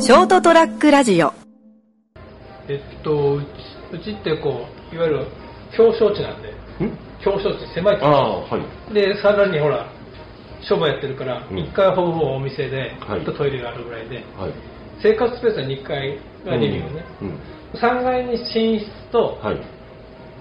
ショートトラックラジオえっと、うちうちってこう、いわゆる表彰地なんで、ん表彰地狭いああ、はい。で、さらにほら、商売やってるから、うん1階はほぼほぼお店で、はいあとトイレがあるぐらいで、はい。生活スペースは2階がリビングね。うん。うん3階に寝室と、はい。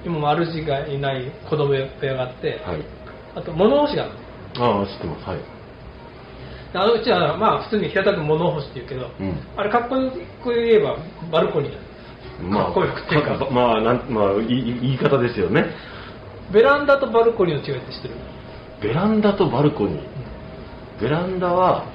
今も主がいない子供部屋があって、はい。あと物干しがあるのああ、知ってます。はい。であのうちはまあ普通に平たく物干しって言うけど、うん。あれかっこよく言えばバルコニーだかっこよくっていうかかまあ、なん、まあ、いい言い方ですよね。ベランダとバルコニーの違いって知ってるベランダとバルコニー。ベランダは、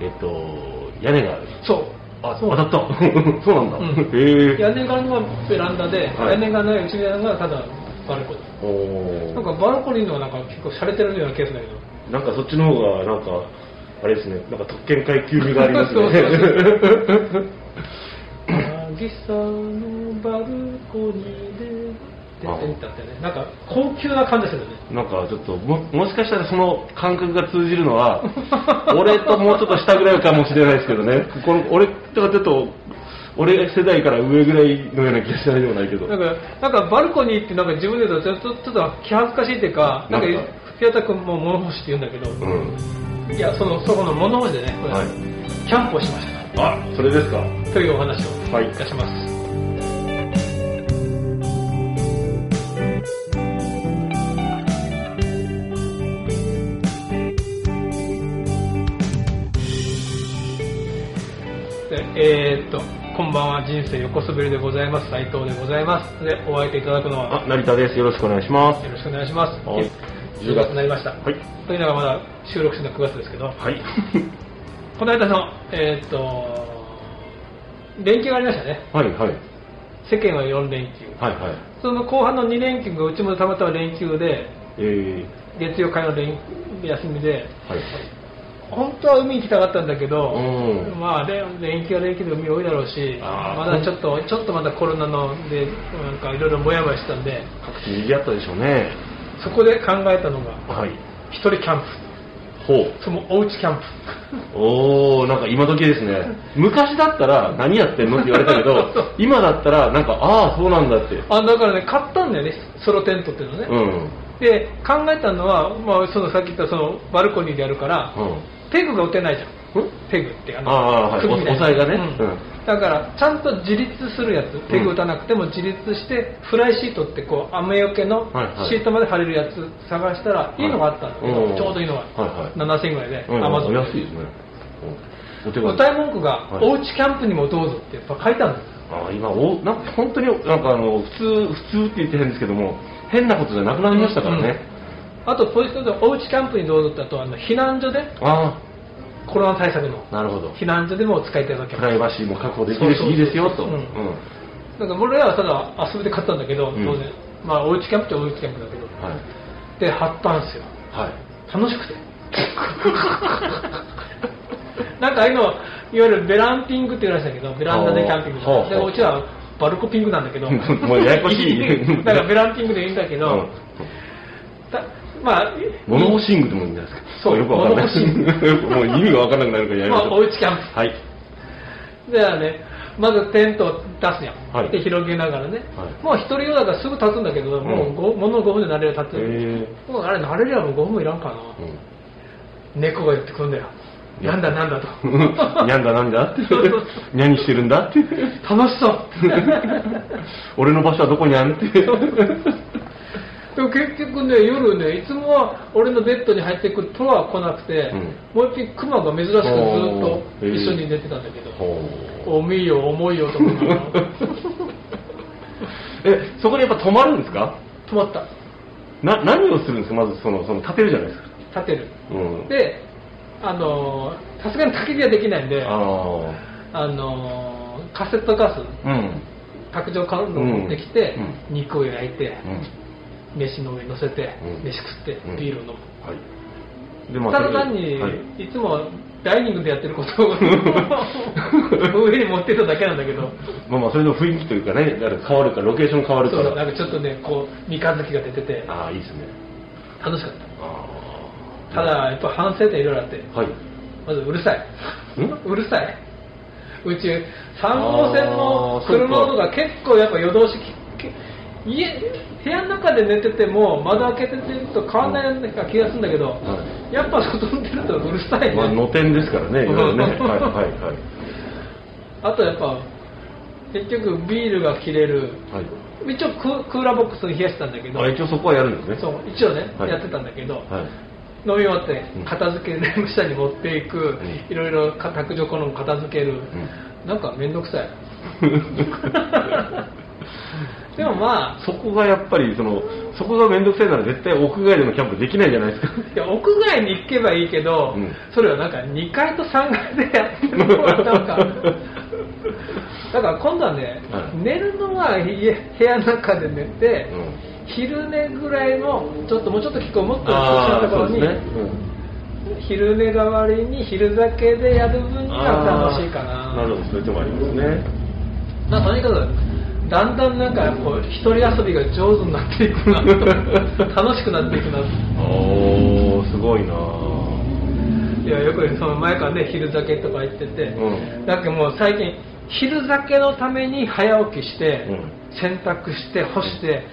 えっと、屋根がある。そうあ、そう当たった。 そうなんだ。うんへえ。屋根側のベランダで、はい屋根がない内側がただバルコニーおーなんかバルコニーのなんか結構洒落てるようなケースだけどなんかそっちの方が、なんか、あれですね、なんか特権階級味がありますね。 渚のバルコニーでってってあったよねなんか高級な感じするよねなんかちょっとも、もしかしたらその感覚が通じるの は、俺ともうちょっと下ぐらいかもしれないですけどね、この俺とかちょっと、俺世代から上ぐらいのような気がしないでもないけど、なんかなんかバルコニーってなんか自分で言うとちょっとちょっと気恥ずかしいっていうかなんかなんか平田君も物干しって言うんだけど、うん、いやそのそこの物干しでねこれ、はいキャンプをしましたあそれですか、はというお話をいい、たします、でえーっとこんばんは人生横滑りでございます斉藤でございますでお相手いただくのはあ成田です、よろしくお願いします。よろしくお願いしますはい10月になりました、はい、というのがまだ収録してるのは9月ですけど はい、この間のえーっと連休がありましたねはい、はい、世間は4連休はい、はい、その後半の2連休がうちもたまたま連休でえー、月曜火曜の連休休みではい、本当は海行きたかったんだけど、うんまあ、連連休は連休で海多いだろうしあーまだちょっとちょっとまだコロナのでなんかいろいろもやもやしてたんで各地にぎわったでしょうね、そこで考えたのがはい、一人キャンほう。プそのおうちキャンプおー、なんか今時ですね。昔だったら何やってんのって言われたけ ど、今だったらなんか、ああ、そうなんだって。あだからね買ったんだよねソロテントっていうのね、うん。で考えたのは、まあ、そのさっき言ったそのバルコニーでやるから、うん。ペグが打てないじゃんうんペグってあのああー、はい。釘おみたな抑えがね。ううんん。だからちゃんと自立するやつペグ打たなくても自立して、フライシートってこう雨よけのはいはいシートまで貼れるやつ探したらいいのがあったんだけど、うんちょうどいいのが、はい7000円ぐらいで、うん。アマゾンで安いですね。うんお手歌軽。い文句が、はいおうちキャンプにもどうぞ」ってやっぱ書いたんですよああ、今、お、なんか本当に、なんかあの、普通、普通って言って変ですけども、変なことじゃなくなりましたからね。あとポイントで「おうちキャンプにどうぞ」ってあとあの避難所であコロナ対策のあ、なるほど。避難所でもお使いいただけプますライバシーも確保できるし、そうそうそういいですよ、と。ううんん。なんか俺らはただ遊びで買ったんだけど、うん当然まあおうちキャンプっちゃおうちキャンプだけどはい。で貼ったんですよはい。楽しくて なんかああいうのいわゆるベランピングって言われてたけどベランダでキャンピングほうほうでうちはバルコピングなんだけどもうややこし いだからベランピングでいいんだけど、うんたまあモノホシングでもいいんじゃないですか。そうよくわかんない。モノホ もう意味がわからなくなるからやりまましあょおう。うちキャンはい。プではねまずテントを出すやん、はいで広げながらね、はいもう一人用だからすぐ立つんだけど、もうごもの5分で慣れるように立つよね、えもうあれ慣れりゃもう5分もいらんかな、猫が寄ってくるんだよいやなんだなんだと にゃんだなんだってそう そう。にゃにしてるんだって。楽しそう 俺の場所はどこにあんって。でも結局ね夜ねいつもは俺のベッドに入ってくるとは来なくて、うんもう一匹クマが珍しくずっおとー一緒に寝てたんだけど、ほう重いよ重いよ と思いながらえ、そこにやっぱ止まるんですか止まったな、何をするんですかまずその、その、立てるじゃないですか。立てるうん。であのーさすがに焚き火はできないんであああ。のーカセットガスうん。卓上から持ってきて、う肉を焼いて、うん。飯の上に乗せて、うん飯食って、うんビールを飲む、はい。で、まただ単に、はいい、つもダイニングでやってることを上に持ってただけなんだけどまあまあ、それの雰囲気というかね、だから変わるから、ロケーション変わるかそうら。なんかちょっとねこう三日月が出ててああ、いいですね。楽しかっあたただやっぱ反省点いろいろあってあ。はい。まずうるさいんうるさい宇宙3号線の車の方が結構やっぱ夜通しきき家部屋の中で寝てても窓開けててると変わんない気がするんだけど、はやっぱ外に出るとうるさいね、まあ、野天ですからね、いろいろね。うんはいはいはい。あとやっぱ結局ビールが切れるはい。一応クークーラーボックスに冷やしてたんだけど、あ、一応そこはやるんですね。そう一応ね、はいやってたんだけど、はい。 飲み終わってうん片付け眠下に持っていく、んいろいろか卓上好み片付ける、なんか面倒くさ いでもまあそこがやっぱり、その、そこが面倒くさいなら絶対屋外でのキャンプできないじゃないですか。いや屋外に行けばいいけど、うんそれはなんか2階と3階でやってるのはなん かだから今度はね、はい寝るのは家部屋の中で寝て、うん。昼寝ぐらいのちょっともうちょっと気候もっとあ涼しいとこあ、ろそうでに、すね。うん昼寝代わりに昼酒でやる分には楽しいかあなーなるほど、そういう手もありますね。まあとにかくだんだんなんかこう一人遊びが上手になっていくな楽しくなっていくなおー、すごいなぁいやよくその前からね昼酒とか言ってて、うだってもう最近昼酒のために早起きして、うん洗濯して干して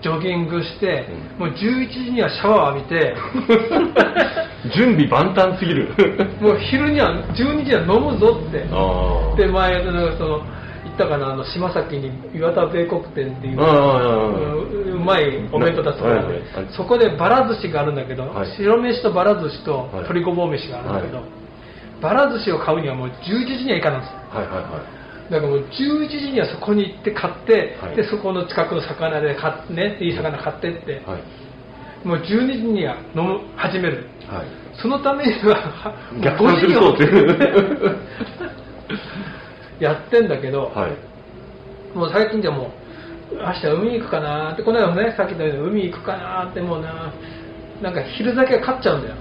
ジョギングして、うもう11時にはシャワー浴びて準備万端すぎる。 もう昼には12時には飲むぞってあーで前なんかその行ったかなあの島崎に岩田米国店っていうああうんうまいお弁当出すところはいではいそこでバラ寿司があるんだけど、はい白飯とバラ寿司とはい鶏ごぼう飯があるんだけど、はいバラ寿司を買うにはもう11時には行かないんですよはいはいはい。だからもう11時にはそこに行って買って、はいでそこの近くの魚で買って、ね、いい魚買ってって、はい。もう12時には飲む始めるはい。そのためには逆算するそうって5時に やってんだけど、はい。もう最近じゃもう明日海行くかなってこの間もねさっきのように海行くかなってもうななんか昼酒が勝っちゃうんだよ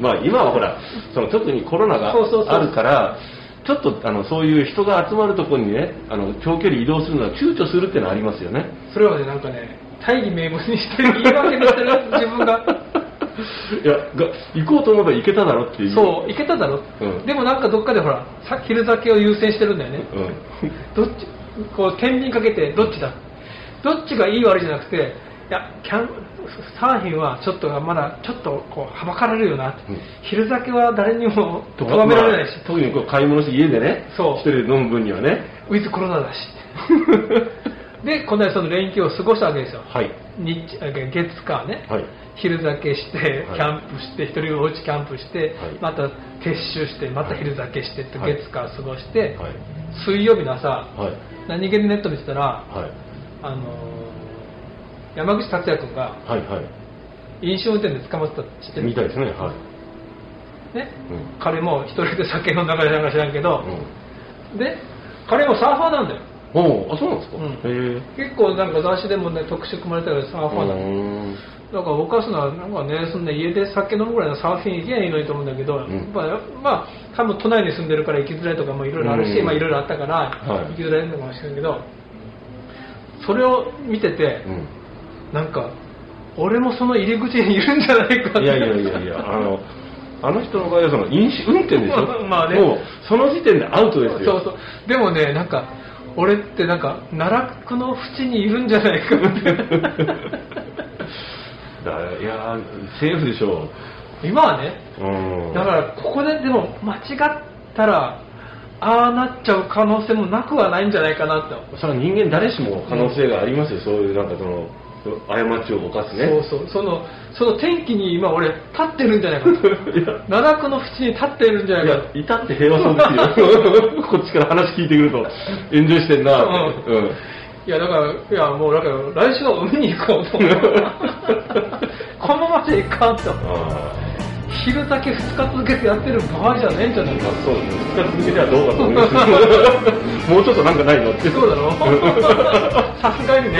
まあ今はほら、その特にコロナがそうそうそうあるから、ちょっとあのそういう人が集まるところにね、あの長距離移動するのは躊躇するってのはありますよね。 それはねなんかね大義名分にして言い訳にしてる 自分がいや、が行こうと思えば行けただろっていう。そう行けただろ、うんでもなんかどっかでほらさ昼酒を優先してるんだよねうん。どっちこう天秤かけてどっちだどっちがいい悪いじゃなくていやキャンサーフィンはちょっとまだちょっとこうはばかられるよなって、うん昼酒は誰にも咎められないしまあ、特にこう買い物して家でね、そう一人で飲む分にはね。ウィズコロナだし でこの間その連休を過ごしたわけですよはい。日あ月火ね、はい。昼酒してはいキャンプして、一人おうちキャンプして、はいまた撤収してまた昼酒してって、はい月火過ごして、はい。水曜日の朝はい。何気にネット見てたら、はい。あのー山口達也君がはい。は飲酒運転で捕まってたって知ってい。るみたいですね。はい。ね、うん彼も一人で酒飲んだからなんか知らんけど、うん。で彼もサーファーなんだよおお、あ、そうなんですか。うんへえ。結構なんか雑誌でもね特集組まれたらサーファーだ、うーんだから僕はそのなんかねそんな家で酒飲むぐらいのサーフィン行けばいいのにと思うんだけど、んまあ、まあ、多分都内に住んでるから行きづらいとかもいろいろあるし、うんまあいろいろあったから、はい行きづらいのかもしれないけどそれを見てて、うん。なんか俺もその入り口にいるんじゃないかっていやいやいやい や、あの、あの人の場合はその飲酒運転でしょ。 まあねもう、その時点でアウトですよ。そうそうでもねなんか俺ってなんか奈落の淵にいるんじゃないかって だからいやー、セーフでしょ今はねう。うん。だからここででも間違ったらああなっちゃう可能性もなくはないんじゃないかなって思う、それは人間誰しも可能性がありますよ。そういう、なんかその、過ちを犯すね。そうそうそのその天気に今俺立ってるんじゃないか いと奈落の淵に立ってるんじゃないいかや、至って平和そ うですよ。こっちから話聞いてくると、エンジョイしてんなって。ううんん。いやだからいやもうだから来週は海に行こうと思うこのままじゃいかんとあ昼だけ2日続けてやってる場合じゃねえんじゃないーかまあ、そうですね。二日続けてはどうかと思い ますけどもうちょっとなんかないのって。そうだろ さすがにね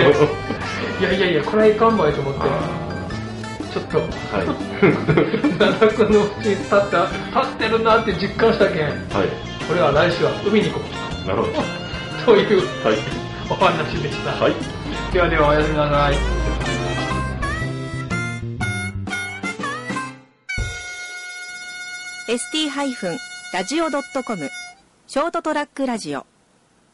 いやいやいやこれはいかんばいと思ってちょっとはい。奈 落の淵に立った立ってるなって実感したけんはい。これは来週は海に行こなるほど。うというはい。お話でした、はい。ではではおやすみなさいー ST-radio.com ドットコムショートトラックラジオ